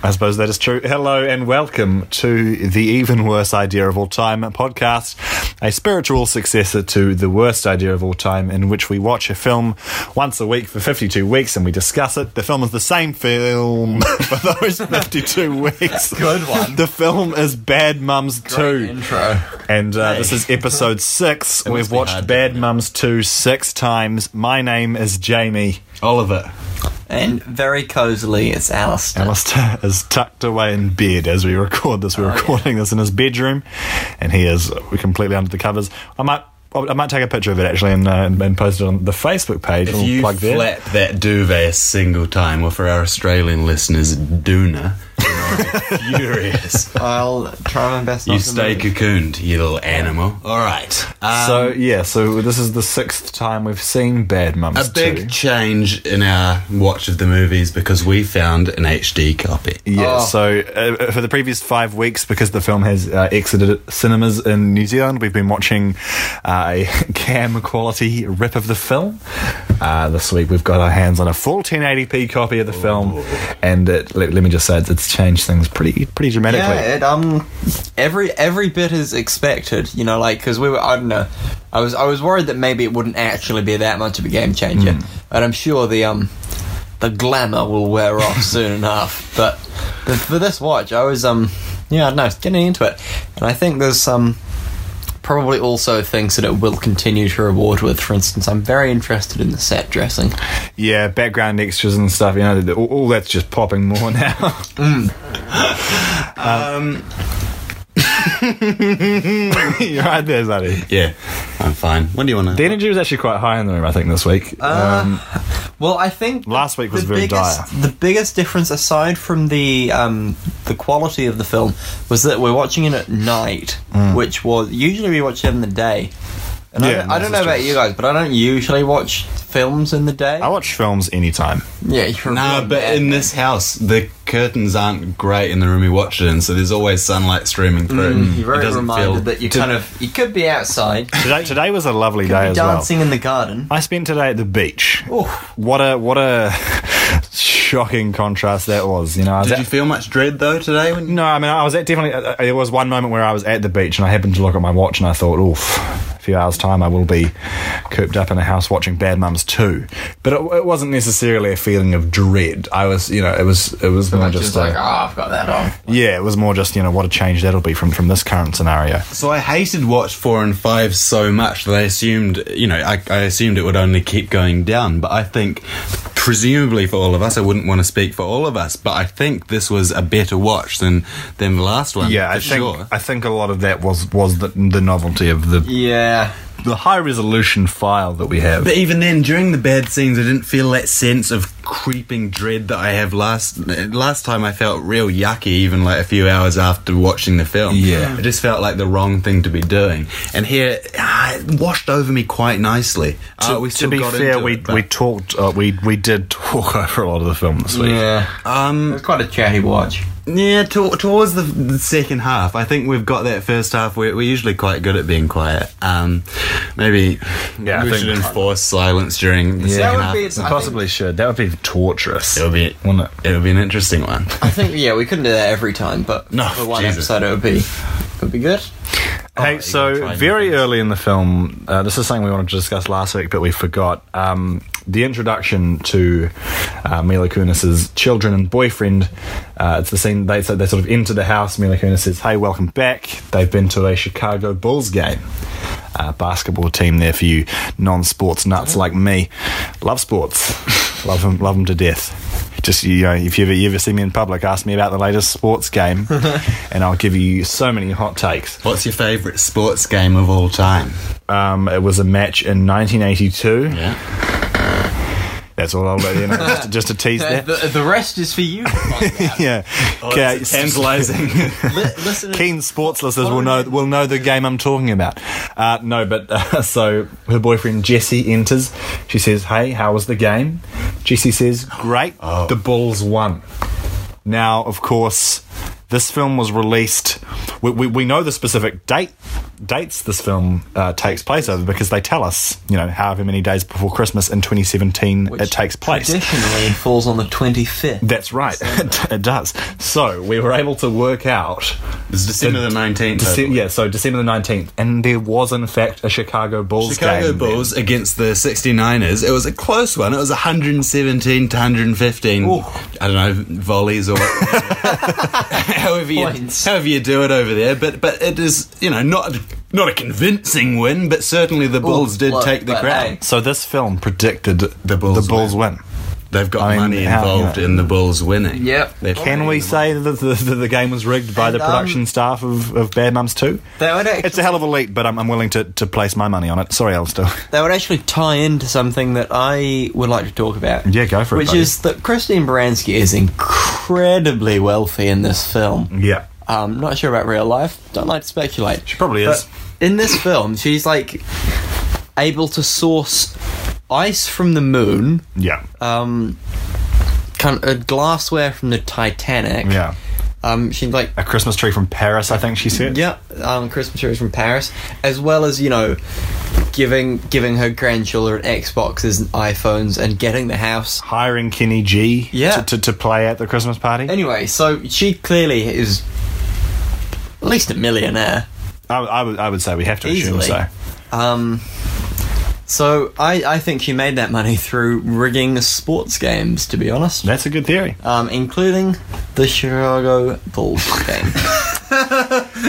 I suppose that is true. Hello and welcome to the Even Worse Idea of All Time podcast, a spiritual successor to The Worst Idea of All Time, in which we watch a film once a week for 52 weeks and we discuss it. The film is the same film for those 52 weeks. Good one. The film is Bad Mums 2. intro. And uh, this is episode 6. We've must be watched hard, Bad Mums 2 six times. My name is Jamie. Oliver. And very cozily, it's Alistair. Alistair is tucked away in bed as we record this. Oh, We're recording this in his bedroom, and he is completely under the covers. I might. I might take a picture of it actually and, uh, and and post it on the Facebook page. If you plug there. flap that duvet a single time, or for our Australian listeners, doona, you'll be furious. I'll try my best not You to stay move. cocooned, you little animal. All right. Um, so yeah, so this is the sixth time we've seen Bad Mums. a big 2. change in our watch of the movies because we found an HD copy. Yeah, Oh. so uh, for the previous five weeks, because the film has uh, exited cinemas in New Zealand, we've been watching uh, a cam quality rip of the film. Uh, this week, we've got our hands on a full 1080p copy of the Oh. film, and it, let, let me just say, it's, it's changed things pretty pretty dramatically. Yeah, it, um, every every bit is expected. You know, like because we were, I don't know, I was I was worried that maybe it wouldn't actually be that much of a game changer, Hmm. but I'm sure the um, the glamour will wear off soon enough. But the, for this watch, I was um, yeah, I don't know, getting into it, and I think there's um. Probably also things that it will continue to reward with. For instance, I'm very interested in the set dressing. Yeah, background extras and stuff, you know, that- all, all that's just popping more now. Mm. Uh, um. You're right there, Zaddy. Yeah, I'm fine. When do you want The to? energy was actually quite high in the room, I think, this week. Uh, um, Well, I think Last week was the very biggest, The biggest difference, aside from the um, the quality of the film, was that we're watching it at night, which was usually we watch it in the day. And I Mm. Yeah, don't, this I don't is know about just- you guys, but I don't usually watch films in the day. I watch films anytime. yeah, you're Nah, right. but in this house, the curtains aren't great in the room you watch it in, so there's always sunlight streaming through. Mm, you're Mm, It very doesn't reminded feel that you to- kind of you could be outside, could Today, today was a lovely day be as dancing in the garden. well. I spent today at the beach. Oh, What a what a shocking contrast that was. You know, I was Did at, you feel much dread though today? When no, I mean, I was at definitely. uh, There was one moment where I was at the beach and I happened to look at my watch and I thought, oof. A few hours time, I will be cooped up in a house watching Bad Mums Two, but it, it wasn't necessarily a feeling of dread. I was, you know, it was it was more just just like oh, a, I've got that on. yeah, it was more just you know what a change that'll be from from this current scenario. So I hated Watch Four and Five so much that I assumed, you know, I, I assumed it would only keep going down. But I think, presumably for all of us, I wouldn't want to speak for all of us, but I think this was a better watch than than the last one. Yeah, I for think sure. I think a lot of that was was the, the novelty of the Yeah, the high resolution file that we have. But even then, during the bad scenes, I didn't feel that sense of creeping dread that I have last last time. I felt real yucky, even like a few hours after watching the film. Yeah. it just felt like the wrong thing to be doing. And here, ah, it washed over me quite nicely. To, Ah, we to still be got fair, into we it, but- we talked uh, we we did talk over a lot of the film this week. yeah. It Um, was quite a chatty watch. yeah, to- towards the, the second half, I think we've got that first half. We're, we're usually quite good at being quiet. Um, maybe Yeah, I we think- should enforce silence during the That second would half. be- It We I possibly should. That would be torturous. would be, wouldn't it? it would be an interesting one. I think yeah, we couldn't do that every time, but No, for one Jesus. episode it would be it would be good. Hey, gotta so try very new things. early in the film, uh, this is something we wanted to discuss last week, but we forgot. Um, the introduction to uh, Mila Kunis's children and boyfriend. Uh, it's the scene they so they sort of enter the house. Mila Kunis says, "Hey, welcome back." They've been to a Chicago Bulls game. Uh, basketball team there for you non-sports nuts like me. Love sports. love them. Love them to death. Just you know, if you ever, you ever see me in public, ask me about the latest sports game, and I'll give you so many hot takes. What's your favourite sports game of all time? Um, it was a match in 1982. Yeah. That's all I'll let you know. just, just to tease that. The, the rest is for you. Yeah. Oh, Okay, s- Listen, Keen sports listeners will know will know the game I'm talking about. Uh, no, but uh, so her boyfriend Jesse enters. She says, "Hey, how was the game?" Jesse says, "Great. The Bulls won." Now, of course, this film was released. We, we, we know the specific date. dates this film uh, takes place over because they tell us, you know, however many days before Christmas in 2017 it which takes place. Traditionally, falls on the 25th. That's right, it, it does. So we were able to work out. It's December the 19th. I Dece- believe. yeah, so December the 19th, and there was in fact a Chicago Bulls Chicago game. then. Bulls against the 69ers. It was a close one. It was 117 to 115. Ooh. I don't know volleys or however you Points. however you do it over there. But but it is you know not not a convincing win, but certainly the Bulls did look, take the but crown. hey. So this film predicted the Bulls win. They've got I mean, money how- involved in the Bulls winning. Yep. They're Can paying them. we say that the, the, the game was rigged by the And, um, production staff of, of Bad Mums 2? They would actually, It's a hell of a leap, but I'm, I'm willing to, to place my money on it. Sorry, Alistair. that would actually tie into something that I would like to talk about. Yeah, go for it, Which buddy. is that Christine Baranski is incredibly wealthy in this film. Yeah. Um, not sure about real life. Don't like to speculate. She probably But is. in this film, she's like able to source ice from the moon, yeah. um, kind of glassware from the Titanic. yeah. Um, she like A Christmas tree from Paris, I think she said. yeah, um, Christmas trees from Paris, as well as you know, giving giving her grandchildren Xboxes and iPhones and getting the house. Hiring Kenny G Yeah. to, to, to play at the Christmas party. Anyway, so she clearly is at least a millionaire. I, I, would, I would say we have to Easily. assume so. Um, so I I think she made that money through rigging sports games. To be honest. That's a good theory. um, including the Chicago Bulls game.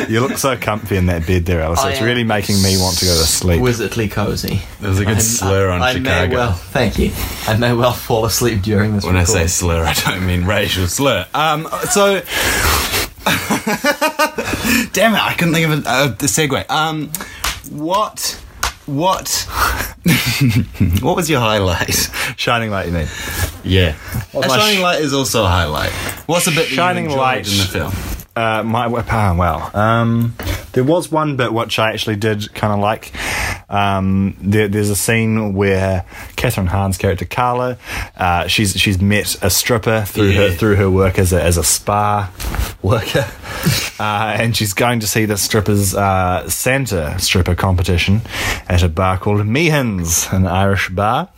You look so comfy in that bed there, Alice. I It's am really making me want to go to sleep. Exquisitely cozy. There was a good I'm- slur on I, I Chicago. may well, thank you. I may well fall asleep during this. When I say recording. slur, I don't mean racial slur. Um, so. Damn it! I couldn't think of a, uh, the segue. Um, what, what, what was your highlight? Shining light, you mean? Yeah, a my shining sh- light is also a highlight. What's a bit that you Shining enjoyed light- in the film? Uh, my ah, well, um, there was one bit which I actually did kind of like. Um, there, there's a scene where Catherine Hahn's character Carla, uh, she's she's met a stripper through her Yeah. through her work as a as a spa worker, uh, and she's going to see the strippers uh, Santa stripper competition at a bar called Meehan's, an Irish bar.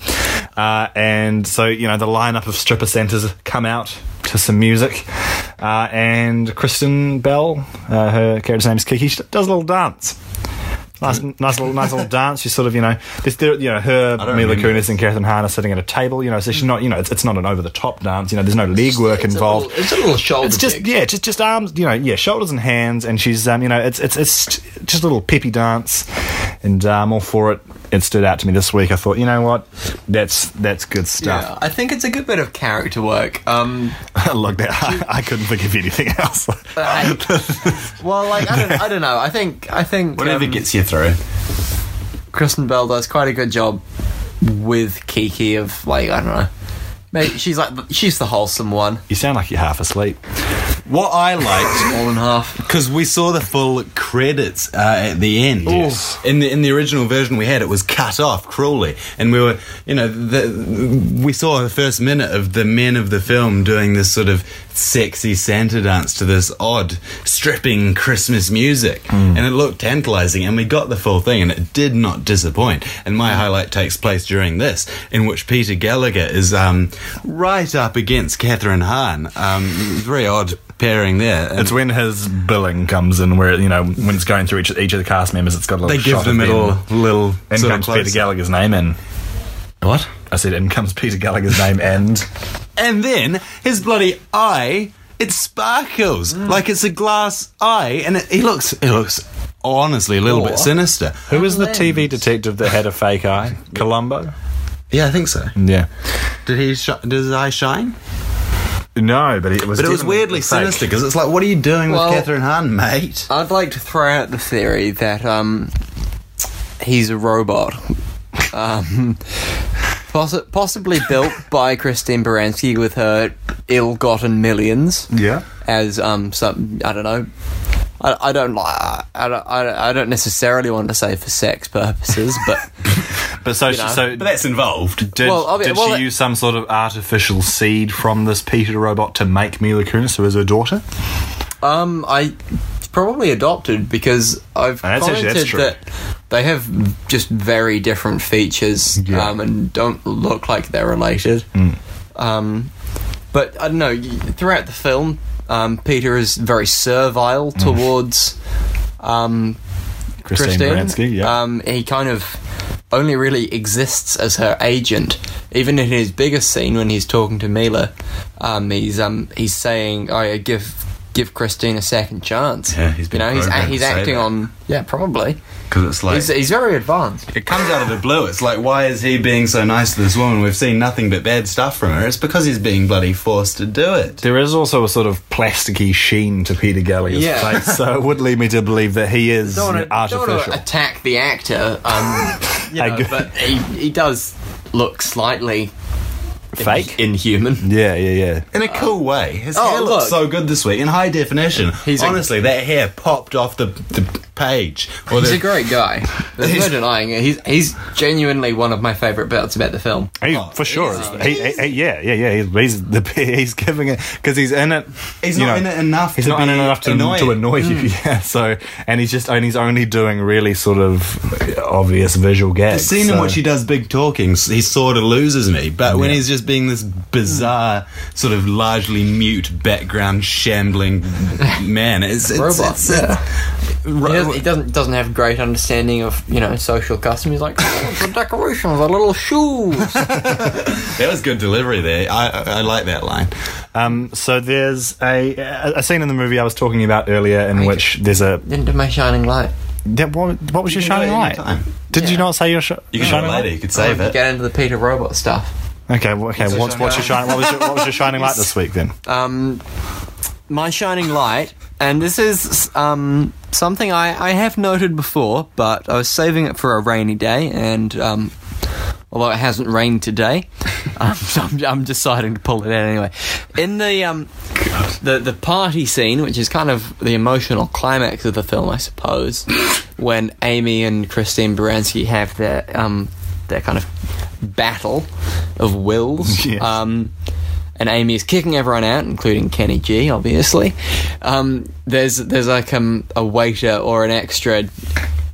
Uh, and so, you know, the lineup of stripper centres come out to some music. Uh, and Kristen Bell, uh, her character's name is Kiki, she does a little dance. Nice, nice little, nice little dance. She's sort of, you know, this, there- you know, her don't Mila remember. Kunis and Catherine Hahn are sitting at a table, you know, so she's not, you know, it's, it's not an over the top dance. You know, there's no leg work Mm. It's a involved. little- It's a little shoulder. It's just jig. yeah, just just arms, you know, yeah, shoulders and hands, and she's um, you know, it's it's it's just a little peppy dance, and um, all for it. It stood out to me this week. I thought, you know what, that's that's good Yeah, stuff. I think it's a good bit of character work. Um, Look, that, I, I couldn't think of anything else. but I- well, like I don't, I don't know. I think I think Whatever um, gets you through. Kristen Bell does quite a good job with Kiki of like I don't know. Maybe she's like the- she's the wholesome one. you sound like you're half asleep. What I liked All in half. Because we saw the full credits uh, at the end. Yes. In the in the original version we had, it was cut off cruelly, and we were, you know, the, we saw the first minute of the men of the film doing this sort of sexy Santa dance to this odd stripping Christmas music, and it looked tantalizing. And we got the full thing, and it did not disappoint. And my highlight takes place during this, in which Peter Gallagher is um, right up against Catherine Hahn. Um, very odd pairing there. And- It's when his billing comes in, where you know when it's going through each each of the cast members, it's got a little. They give shot them of a little, little In sort comes of Peter Gallagher's name, and What? I said, in comes Peter Gallagher's name, and And then his bloody eye, it sparkles Mm. like it's a glass eye, and it, he looks, it looks honestly a little Or- bit sinister. who was the Lens. TV detective that had a fake eye? Columbo. Yeah, I think so. Yeah. Did he? Sh- did his eye shine? No, but it was. But it was definitely weirdly fake. sinister because it's like, what are you doing Well- with Catherine Hahn, mate? I'd like to throw out the theory that um, he's a robot. Um, possi- possibly built by Christine Baranski with her ill-gotten millions. Yeah. as um some I don't know. I, I don't like I, don't- I don't I don't necessarily want to say for sex purposes, but But so, know. so But that's involved. did, Well, I mean, did well, she it- use some sort of artificial seed from this Peter robot to make Mila Kunis, who is her daughter? um I probably adopted because I've That's actually- commented that's true. that they have just very different features Yeah. Hmm. um, and don't look like they're related. Um, but I don't know. y- Throughout the film, um, Peter is very Hmm. servile towards um, Christine Baranski, yeah. um, he kind of only really exists as her agent. Even in his biggest scene when he's talking to Mila, um, he's um, he's saying, "Oh, yeah, give give Christine a second chance." Yeah, he's been you know he's programmed he's to say acting that. on yeah probably. because it's like he's he's very advanced. it comes out of the blue. It's like, why is he being so nice to this woman? We've seen nothing but bad stuff from her. It's because he's being bloody forced to do it. There is also a sort of plasticky sheen to Peter Gallagher's Yeah. face, so it would lead me to believe that he is Don't wanna- don't wanna artificial. attack the actor, um, you I know, agree. but he he does look slightly Fake? inhuman. Yeah, yeah, yeah. In a cool way. His oh, hair looks look. so good this week in high definition. He's a- Honestly, that hair popped off the, the page. Or He's the- a great guy. There's no denying it. He's he's genuinely one of my favourite parts about the film. He, Oh, for sure. easy, He, he, he- yeah, yeah, yeah. He's, he's the he's giving it because he's in it. He's you not know, in it enough He's to not in it be enough to, to annoying. Mm. annoy you. Yeah. So and he's just and he's only doing really sort of obvious visual The gags. scene in so- which he does big talking, s- he sort of loses me. But when Yeah. he's just being this bizarre, sort of largely mute background shambling man, it's, it's Robot, It's, it's- He ro- doesn't, he doesn't doesn't have great understanding of you know social customs. He's like oh, the decorations, the little shoes. that was good delivery there. I, I, I like that line. Um, so there's a a a scene in the movie I was talking about earlier in which there's a Into my shining light. that, what, what was your You can do it shining any light? time. Did Yeah. you not say your sh- You can show shining later. light? You could save Oh, it. Get into the Peter Robot stuff. Okay, well, okay. a What's, what's your shining? What was your, what was your shining light this week then? Um, my shining light, and this is um something I I have noted before, but I was saving it for a rainy day, and um. Although it hasn't rained today, um, so I'm, I'm deciding to pull it out anyway. In the um, the the party scene, which is kind of the emotional climax of the film, I suppose, when Amy and Christine Baranski have their um their kind of battle of wills. Yes. Um, and Amy is kicking everyone out, including Kenny G, obviously. Um, there's there's like um, a waiter or an extra,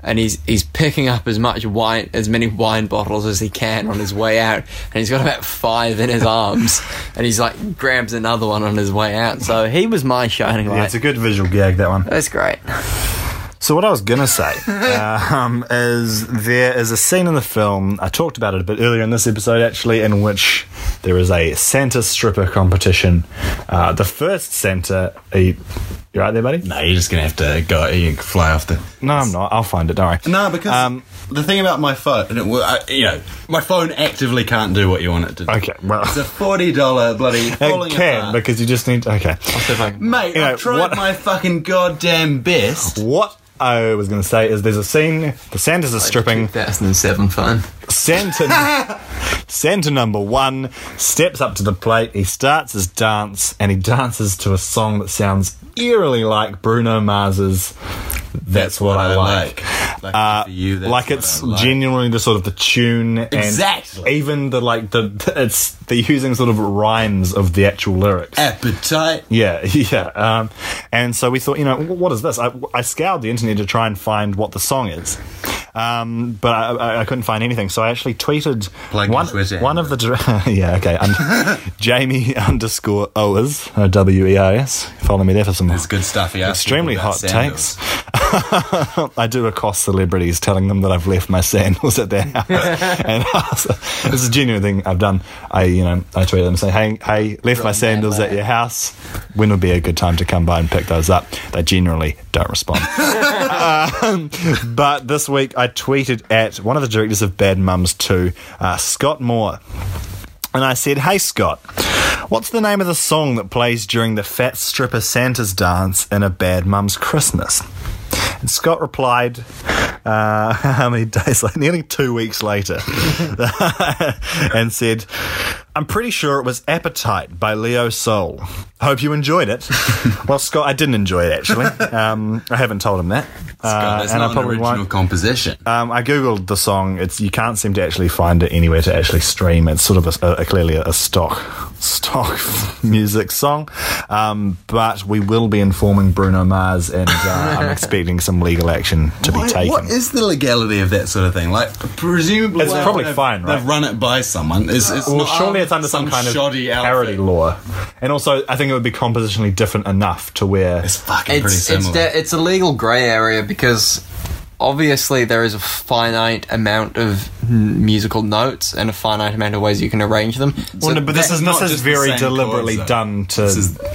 and he's he's picking up as much wine, as many wine bottles as he can on his way out, and he's got about five in his arms, and he's like grabs another one on his way out. So he was my shining Yeah, light. it's a good visual gag that one. That's great. So what I was gonna say um, is there is a scene in the film I talked about it a bit earlier in this episode actually in which there is a Santa stripper competition. Uh, the first Santa, are you, you right there, buddy? No, you're just gonna have to go. You can fly off the. No, I'm not. I'll find it. Don't worry. No, because Um, the thing about my phone, and it, will- I- you know, my phone actively can't do what you want it to. do. Okay, well- it's a forty dollar bloody it falling can apart. because you just need. Okay, Mate, You know, I've tried what- my fucking goddamn best. what I was gonna say is there's a scene. The Santas are stripping. 2007 fun. Santa, Santa number one steps up to the plate. He starts his dance and he dances to a song that sounds eerily like Bruno Mars's "That's What, I, Like." Like, Uh, for you, that's like what it's I like. genuinely the sort of the tune and Exactly. even the like the, it's the using sort of rhymes of the actual lyrics. appetite. Yeah, yeah. Um, and so we thought, you know, wh- what is this? I, I scoured the internet to try and find what the song is, um, but I, I, I couldn't find anything. So I actually tweeted Plug one, your Twitter one of the dir- yeah okay un- Jamie underscore Oers uh, W E I S. Follow me there for some It's good stuff. Yeah, extremely hot takes. I do accost celebrities, telling them that I've left my sandals at their house, and I was- this is a genuine thing I've done. I, you know, I tweet them and say, "Hey, hey, left my sandals at your house. When would be a good time to come by and pick those up?" They generally don't respond. Um, but this week, I tweeted at one of the directors of Bad Mums Two, uh, Scott Moore. And I said, Hey Scott, what's the name of the song that plays during the fat stripper Santa's dance in a bad mum's Christmas? And Scott replied, uh, How many days later? Nearly two weeks later. and said, I'm pretty sure it was Appetite by Leo Soul. Hope you enjoyed it. well, Scott, I didn't enjoy it actually. Um, I haven't told him that. Uh, that's not an original composition. um, I googled the song. It's you can't seem to actually find it anywhere to actually stream. It's sort of a, a- clearly a stock stock music song. Um, but we will be informing Bruno Mars, and uh, I'm expecting some legal action to be Why- taken. What is the legality of that sort of thing? Like, presumably, It's they've- probably they've- fine, right? They've run it by someone. It's, it's well, not surely it's under some, kind of shoddy outfit. parody law, and also I think it would be compositionally different enough to where It's fucking pretty It's similar. it's, de- it's a legal grey area because obviously there is a finite amount of n- musical notes and a finite amount of ways you can arrange them. Well, no, but this that- is not this is just the very same deliberately chords, though. done to is to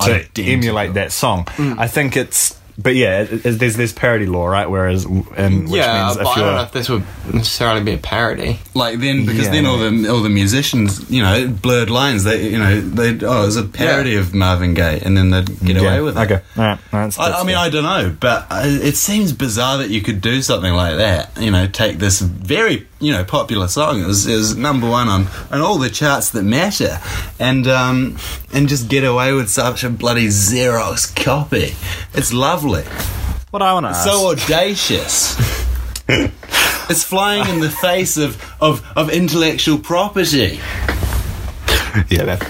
identical. Mm. emulate that song. I think it's, but yeah, it, it, there's there's parody law, right? Whereas, and which yeah, means but if I don't know you're if this would necessarily be a parody. like then because Yeah. then all the all the musicians, you know, blurred lines. They you know they oh it's a parody Yeah. of Marvin Gaye, and then they'd get yeah, away with it. okay, all right, all right, that's- I, I that's mean, fair. I don't know, but uh, it seems bizarre that you could do something like that. You know, take this very you know popular song it was, it was number one on on all the charts that matter, and um, and just get away with such a bloody Xerox copy. It's lovely, what I want to ask. so audacious. it's flying in the face of of, of intellectual property. yeah, that,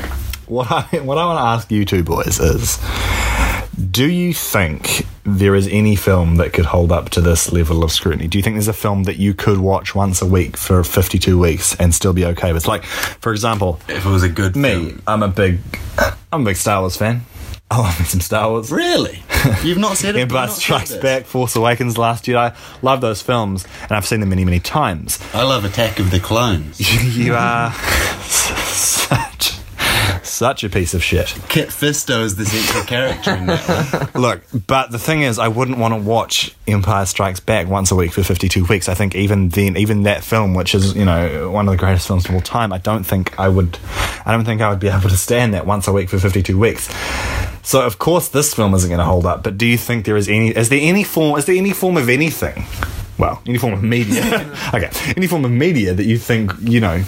what I what I want to ask you two boys is, do you think there is any film that could hold up to this level of scrutiny? Do you think there's a film that you could watch once a week for 52 weeks and still be okay with? Like, for example, If it was a good me, film. I'm a big, I'm a big Star Wars fan. I love me some Star Wars. really, you've not said it. you've Empire not said Strikes this. Back, Force Awakens, Last Jedi. Love those films, and I've seen them many, many times. I love Attack of the Clones. you are such, such a piece of shit. Kit Fisto is the central character in that. one. Look, but the thing is, I wouldn't want to watch Empire Strikes Back once a week for 52 weeks. I think even then, even that film, which is, you know, one of the greatest films of all time, I don't think I would, I don't think I would be able to stand that once a week for 52 weeks. So of course this film isn't going to hold up, but do you think there is any, is there any form, is there any form of anything? Well, any form of media. okay. Any form of media that you think, you know,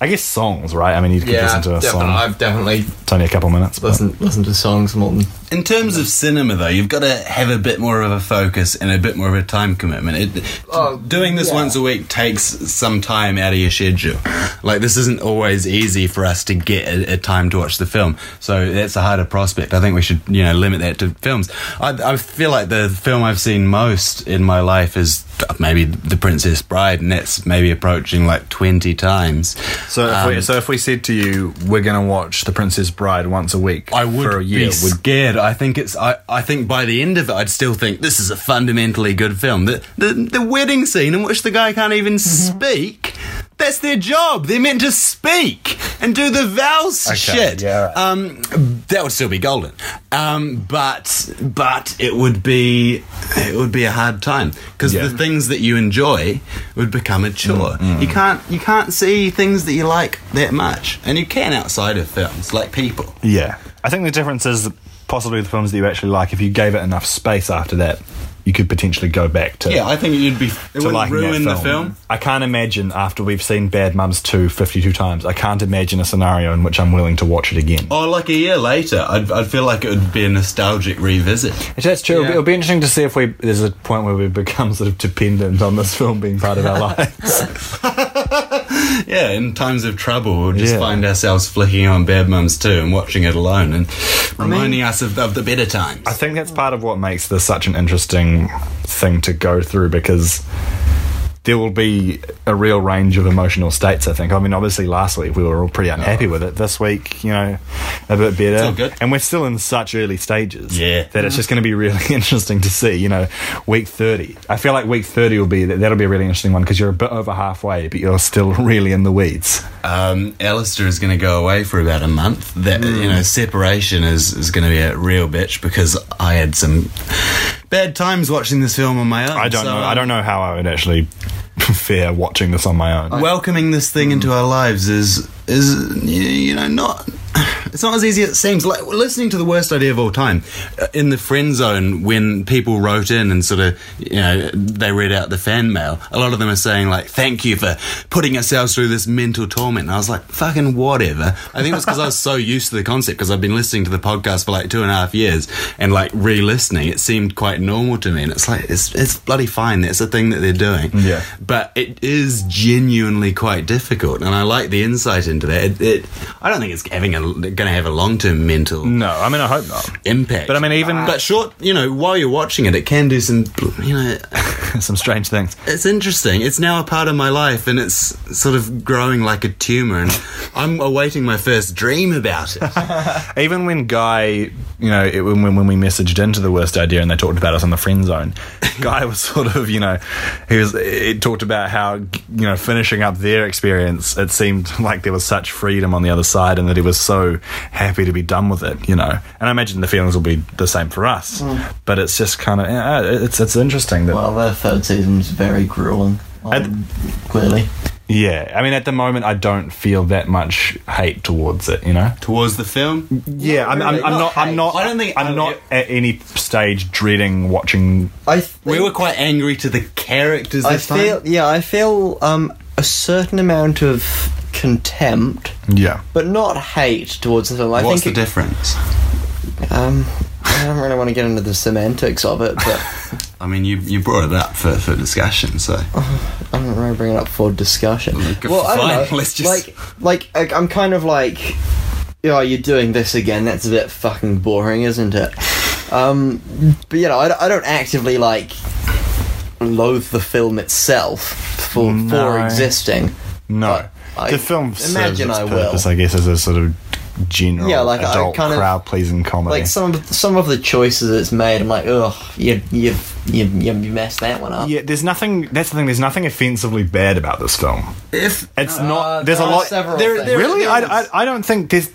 I guess songs, right? I mean, you could listen to a song. definitely It's only a couple minutes. but- listened listened to songs more than In terms of cinema, though, you've got to have a bit more of a focus and a bit more of a time commitment. It, Oh, doing this yeah. once a week takes some time out of your schedule. Like, this isn't always easy for us to get a, a time to watch the film. So that's a harder prospect. I think we should, you know, limit that to films. I, I feel like the film I've seen most in my life is uh, maybe The Princess Bride, and that's maybe approaching like 20 times. So if, we, so if we said to you, we're going to watch The Princess Bride once a week I would for a year, be scared. I think it's. I, I think by the end of it, I'd still think this is a fundamentally good film. The the, the wedding scene in which the guy can't even speak. That's their job. They're meant to speak and do the vows shit. yeah, right. Um, that would still be golden. Um, but but it would be it would be a hard time because Yeah. the things that you enjoy would become a chore. You can't you can't see things that you like that much, and you can outside of films like people. yeah. I think the difference is possibly the films that you actually like. If you gave it enough space after that, you could potentially go back to Yeah, I think you'd be. It to would liking ruin that the film. I can't imagine after we've seen Bad Mums 2 52 times. I can't imagine a scenario in which I'm willing to watch it again. Or Oh, like a year later, I'd, I'd feel like it would be a nostalgic revisit. Actually, that's true. It'll, be, Yeah. it'll be interesting to see if we there's a point where we become sort of dependent on this film being part of our lives. Yeah, in times of trouble, we'll just Yeah. find ourselves flicking on Bad Mums too and watching it alone and reminding us of, of the better times. I think that's part of what makes this such an interesting thing to go through because there will be a real range of emotional states. I think. I mean, obviously, last week we were all pretty unhappy with it. This week, you know, a bit better. all good. And we're still in such early stages. Yeah. That it's just going to be really interesting to see. You know, week thirty. I feel like week thirty will be that'll be a really interesting one because you're a bit over halfway, but you're still really in the weeds. um, Alistair is going to go away for about a month. That you know, separation is is going to be a real bitch because I had some bad times watching this film on my own. I don't so, know. I um, don't know how I would actually fare watching this on my own. welcoming this thing into our lives is is y- you know not it's not as easy as it seems. Like listening to the worst idea of all time uh, in the friend zone when people wrote in and sort of you know they read out the fan mail. A lot of them are saying like, "Thank you for putting ourselves through this mental torment." And I was like, "Fucking whatever." I think it was because I was so used to the concept because I've been listening to the podcast for like two and a half years and like re-listening, it seemed quite normal to me. And it's like it's it's bloody fine. That's the thing that they're doing. Yeah. But it is genuinely quite difficult, and I like the insight into that. It, it I don't think it's having a going to have a long term mental No, I mean I hope not. impact. But I mean, even- but short, you know, while you're watching it, it can do some, you know, Some strange things. it's interesting. It's now a part of my life, and it's sort of growing like a tumor. And I'm awaiting my first dream about it. Even when Guy, you know, it, when, when we messaged into the worst idea and they talked about us on the friend zone, Guy was sort of, you know, he was it talked about how you know finishing up their experience. It seemed like there was such freedom on the other side, and that he was so happy to be done with it, you know. And I imagine the feelings will be the same for us. But it's just kind of yeah, it's it's interesting that Well, their third season's very grueling. Um, clearly. yeah. I mean, at the moment, I don't feel that much hate towards it, you know. Towards the film, Yeah, I'm, I'm, really. I'm Not not. I'm hate. not. I don't think- I I'm don't not think at any stage dreading watching. I think, we were quite angry to the characters. I This feel. time. Yeah, I feel um, a certain amount of contempt, Yeah, but not hate towards the film. I What's the think it- difference? Um, I don't really want to get into the semantics of it, but I mean, you you brought it up for, for discussion, so I don't really bring it up for discussion. good, Well, I don't fine, know. let's just- like, like, like, I'm kind of like, oh, you're doing this again. That's a bit fucking boring, isn't it? Um, but you know, I, don't- I don't actively like loathe the film itself for for No. existing. no. But I the film serves imagine its I will. purpose, I guess, as a sort of general Yeah, like, I adult kind of- crowd pleasing comedy. Like some of some of the choices it's made, I'm like, ugh, you you you you messed that one up. yeah, there's nothing. That's the thing. There's nothing offensively bad about this film. if It's Uh, not. There's there a are lot. several there, things. there- really, there I, I, is. I don't think there's.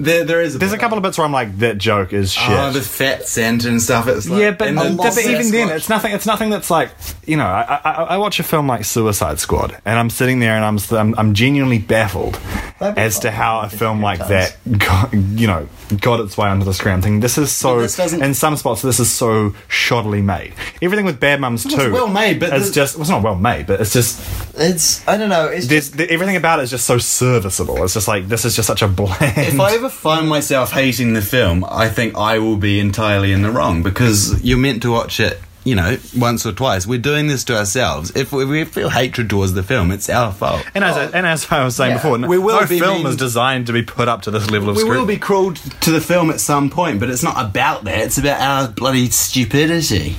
there there is There's a couple of bits where I'm like, that joke is shit. Oh, the fat scent and stuff. It's like, yeah, but, and but- the- but even then, Sasquatch. it's nothing. It's nothing that's like you know. I, I, I watch a film like Suicide Squad, and I'm sitting there and I'm I'm, I'm genuinely baffled That'd be as to fun. how a film like times. that got you know got its way onto the screen. Thing this is so But this doesn't- in some spots this is so shoddily made. Everything with Bad Mums too well made, but it's the- just well, it's not well made, but it's just It's I don't know. It's there's the, everything about it is just so serviceable. It's just like this is just such a bland. if I ever find myself hating the film, I think I will be entirely in the wrong because you're meant to watch it, you know, once or twice. We're doing this to ourselves. If we, we feel hatred towards the film, it's our fault. and as, I- and as I was saying Yeah. before, We will no be film mean- is designed to be put up to this level of We scrutiny. will be cruel to the film at some point, but it's not about that. It's about our bloody stupidity.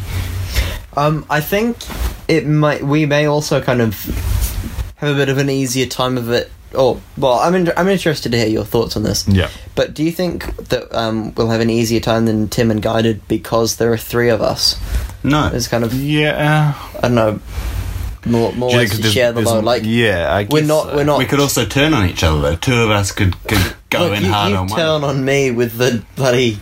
Um, I think it might. We may also kind of have a bit of an easier time of it. Oh, well, I'm in, I'm interested to hear your thoughts on this. Yeah. But do you think that um, we'll have an easier time than Tim and Guy did because there are three of us? No. It's kind of Yeah. I don't know more more Do you ways think to there's- share the there's- load. Like yeah, I we're guess not so. we're not. We could also turn on each other. though. Two of us could, could go Look, in you, hard you on turn one. on me with the bloody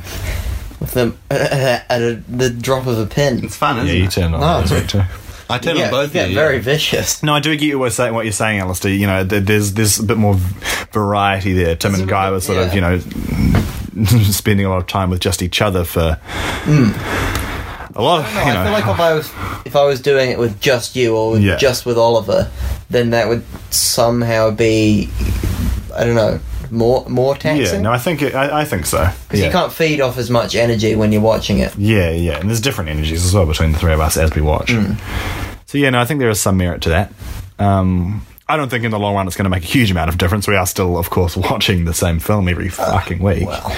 with the at a, the drop of a pin. It's fun, isn't Yeah, you it? turn on No. those, right, too. I turn yeah, on both yeah, of you. very yeah. vicious. No, I do get you were saying what you're saying, Alistair. You know, th- there's there's a bit more v- variety there. Tim and Guy were sort of, yeah. you know, spending a lot of time with just each other for Hmm. a lot of, No, you I feel know. like if I was if I was doing it with just you or with Yeah. just with Oliver, then that would somehow be I don't know more more yeah, taxing no, I think it, I, I think so. because Yeah. you can't feed off as much energy when you're watching it. yeah, yeah, and there's different energies as well between the three of us as we watch. So yeah, no, I think there is some merit to that. Um, I don't think in the long run it's going to make a huge amount of difference. We are still, of course, watching the same film every fucking week. well.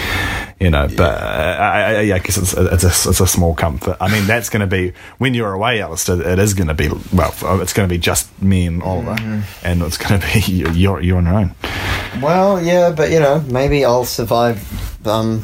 you know, but uh, I, I, yeah, because it's, it's a it's a small comfort. I mean, that's going to be when you're away, Alistair. It is going to be well, it's going to be just me and Oliver, and it's going to be you- you're you're on your own. Well, yeah, but you know maybe I'll survive um,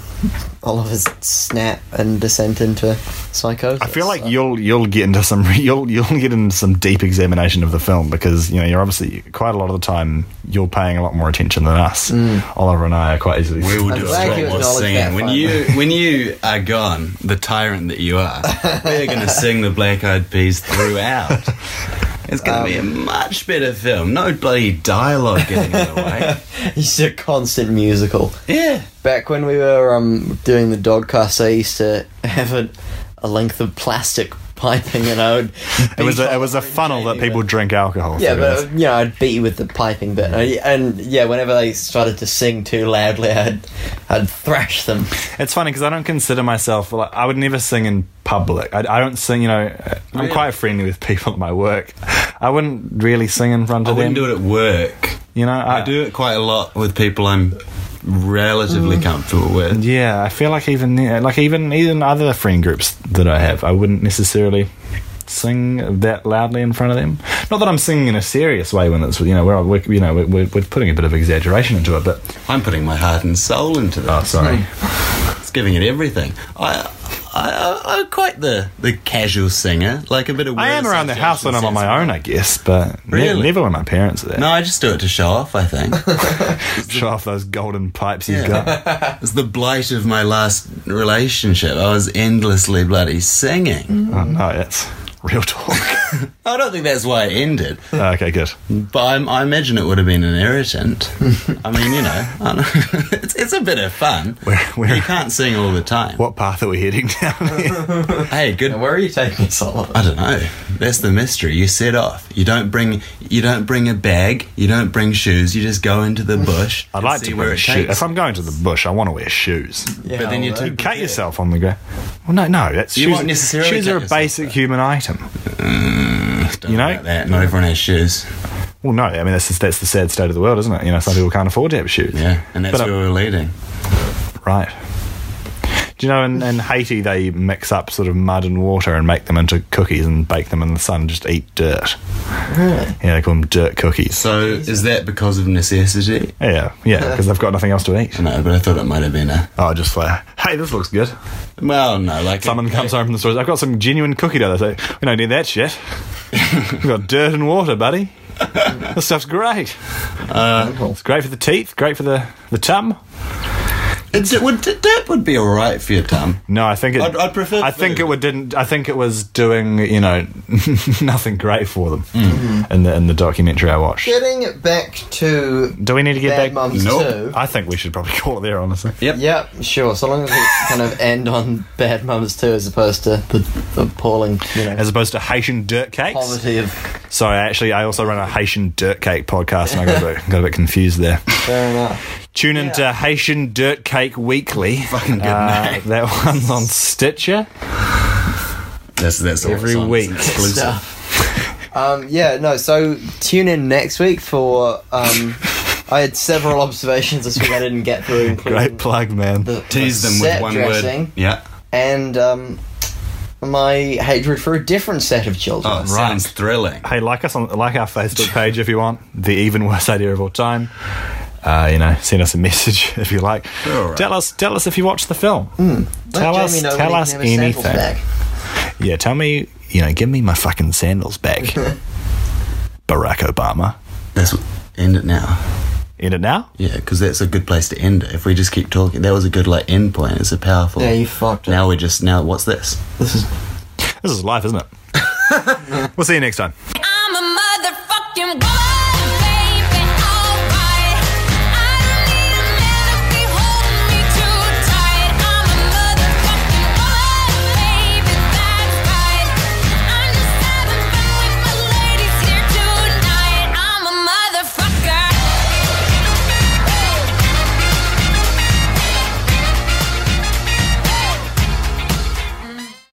Oliver's snap and descent into psychosis. I feel like you'll you'll get into some you'll you'll get into some deep examination of the film because you know you're obviously quite a lot of the time you're paying a lot more attention than us. Mm. Oliver and I are quite easily. We will I'm do a glad strong you more acknowledged singing. that, When Simon. you when you are gone, the tyrant that you are, we are going to sing the Black Eyed Peas throughout. It's going to be a Um, much better film. No bloody dialogue getting in the way. It's a constant musical. Yeah. Back when we were um, doing the dogcast, I used to have a, a length of plastic piping, and I would. It was a, it was a funnel that people drink alcohol. Yeah, through. but uh, you know, I'd beat you with the piping bit, I- and yeah, whenever they started to sing too loudly, I'd I'd thrash them. It's funny because I don't consider myself like I would never sing in public. I, I don't sing, you know. I'm quite friendly with people at my work. I wouldn't really sing in front I of wouldn't them. do it Um, at work. You know, I do it quite a lot with people I'm Mm. relatively comfortable with. Yeah, I feel like even the- like even even other friend groups that I have, I wouldn't necessarily sing that loudly in front of them. Not that I'm singing in a serious way when it's you know we're, we're you know we're, we're we're putting a bit of exaggeration into it, but I'm putting my heart and soul into this. oh sorry. Hmm. It's giving it everything. I, I, I, I'm quite the, the casual singer. Like a bit of. I word am around the association house when I'm on sense. my own, I guess, but ne- Really? never when my parents are there. No, I just do it to show off. I think Show off those golden pipes Yeah. you've got. it's the blight of my last relationship. I was endlessly bloody singing. Oh, no, that's real talk. Oh, I don't think that's why it ended, okay, good. but I'm, I imagine it would have been an irritant. I mean, you know, I don't- it's, it's a bit of fun. Where, You where, can't sing all the time. what path are we heading down here? Hey, good. Now, where are you taking us, Oliver? I don't know. That's the mystery. You set off. You don't bring. You don't bring a bag. You don't bring shoes. You just go into the bush. I'd and like see to wear it shoes. takes. If I'm going to the bush, I want to wear shoes. Yeah, but then you although- took- Cut yourself on the ground. Well, no, no. That's You shoes, won't necessarily shoes cut are a yourself, Mm, basic human item. Don't you know? about that. Not everyone has shoes. Well, no. I mean, that's just, that's the sad state of the world, isn't it? You know, some people can't afford to have shoes. Yeah, and that's But, uh, where we're leading. Right. Do you know in, in Haiti they mix up sort of mud and water and make them into cookies and bake them in the sun and just eat dirt. Yeah, they call them dirt cookies. So is that because of necessity? Yeah, yeah, because they've got nothing else to eat. No, but I thought it might have been a. Oh, just like, hey, this looks good. Well, no, like Someone a, comes home from the store. I've got some genuine cookie dough. They say, we don't need that shit. We've got dirt and water, buddy. This stuff's great. Uh, It's great for the teeth. Great for the the tum. It's, it would, that would be all right for your tum. No, I think it. I'd- I'd prefer I think food. it would didn't. I think it was doing you know nothing great for them Mm. in the in the documentary I watched. Getting back to Do we need to get Bad back? Uh, Moms Nope. 2. I think we should probably call it there. Honestly, Yeah, sure. So long as we kind of end on Bad Mums too, as opposed to the appalling, you know, as opposed to Haitian dirt cakes. poverty of. Sorry, actually, I also run a Haitian dirt cake podcast, and I got a bit, got a bit confused there. Fair enough. Tune in to Haitian Dirt Cake Weekly. Fucking good uh, That one's on Stitcher. That's that's all Every it's on. week. It's exclusive. Stuff. Um, yeah, no, so tune in next week for. Um, I had several observations this week I didn't get through, including Great plug, man. the Tease them set with one dressing word. Yeah. and um, my hatred for a different set of children. Oh, sounds thrilling. hey, like us on like our Facebook page if you want. The even worst idea of all time. Uh, you know, send us a message if you like. All right. Tell us, tell us if you watch the film. Hmm. Let Tell Jamie us, know tell when he us can have his sandals anything. back. Yeah, tell me. You know, give me my fucking sandals back. Barack Obama. That's end it now. End it now. Yeah, because that's a good place to end it. If we just keep talking, that was a good like end point. It's a powerful. Yeah, you fucked up. now we're just now. What's this? This is life, isn't it? we'll see you next time.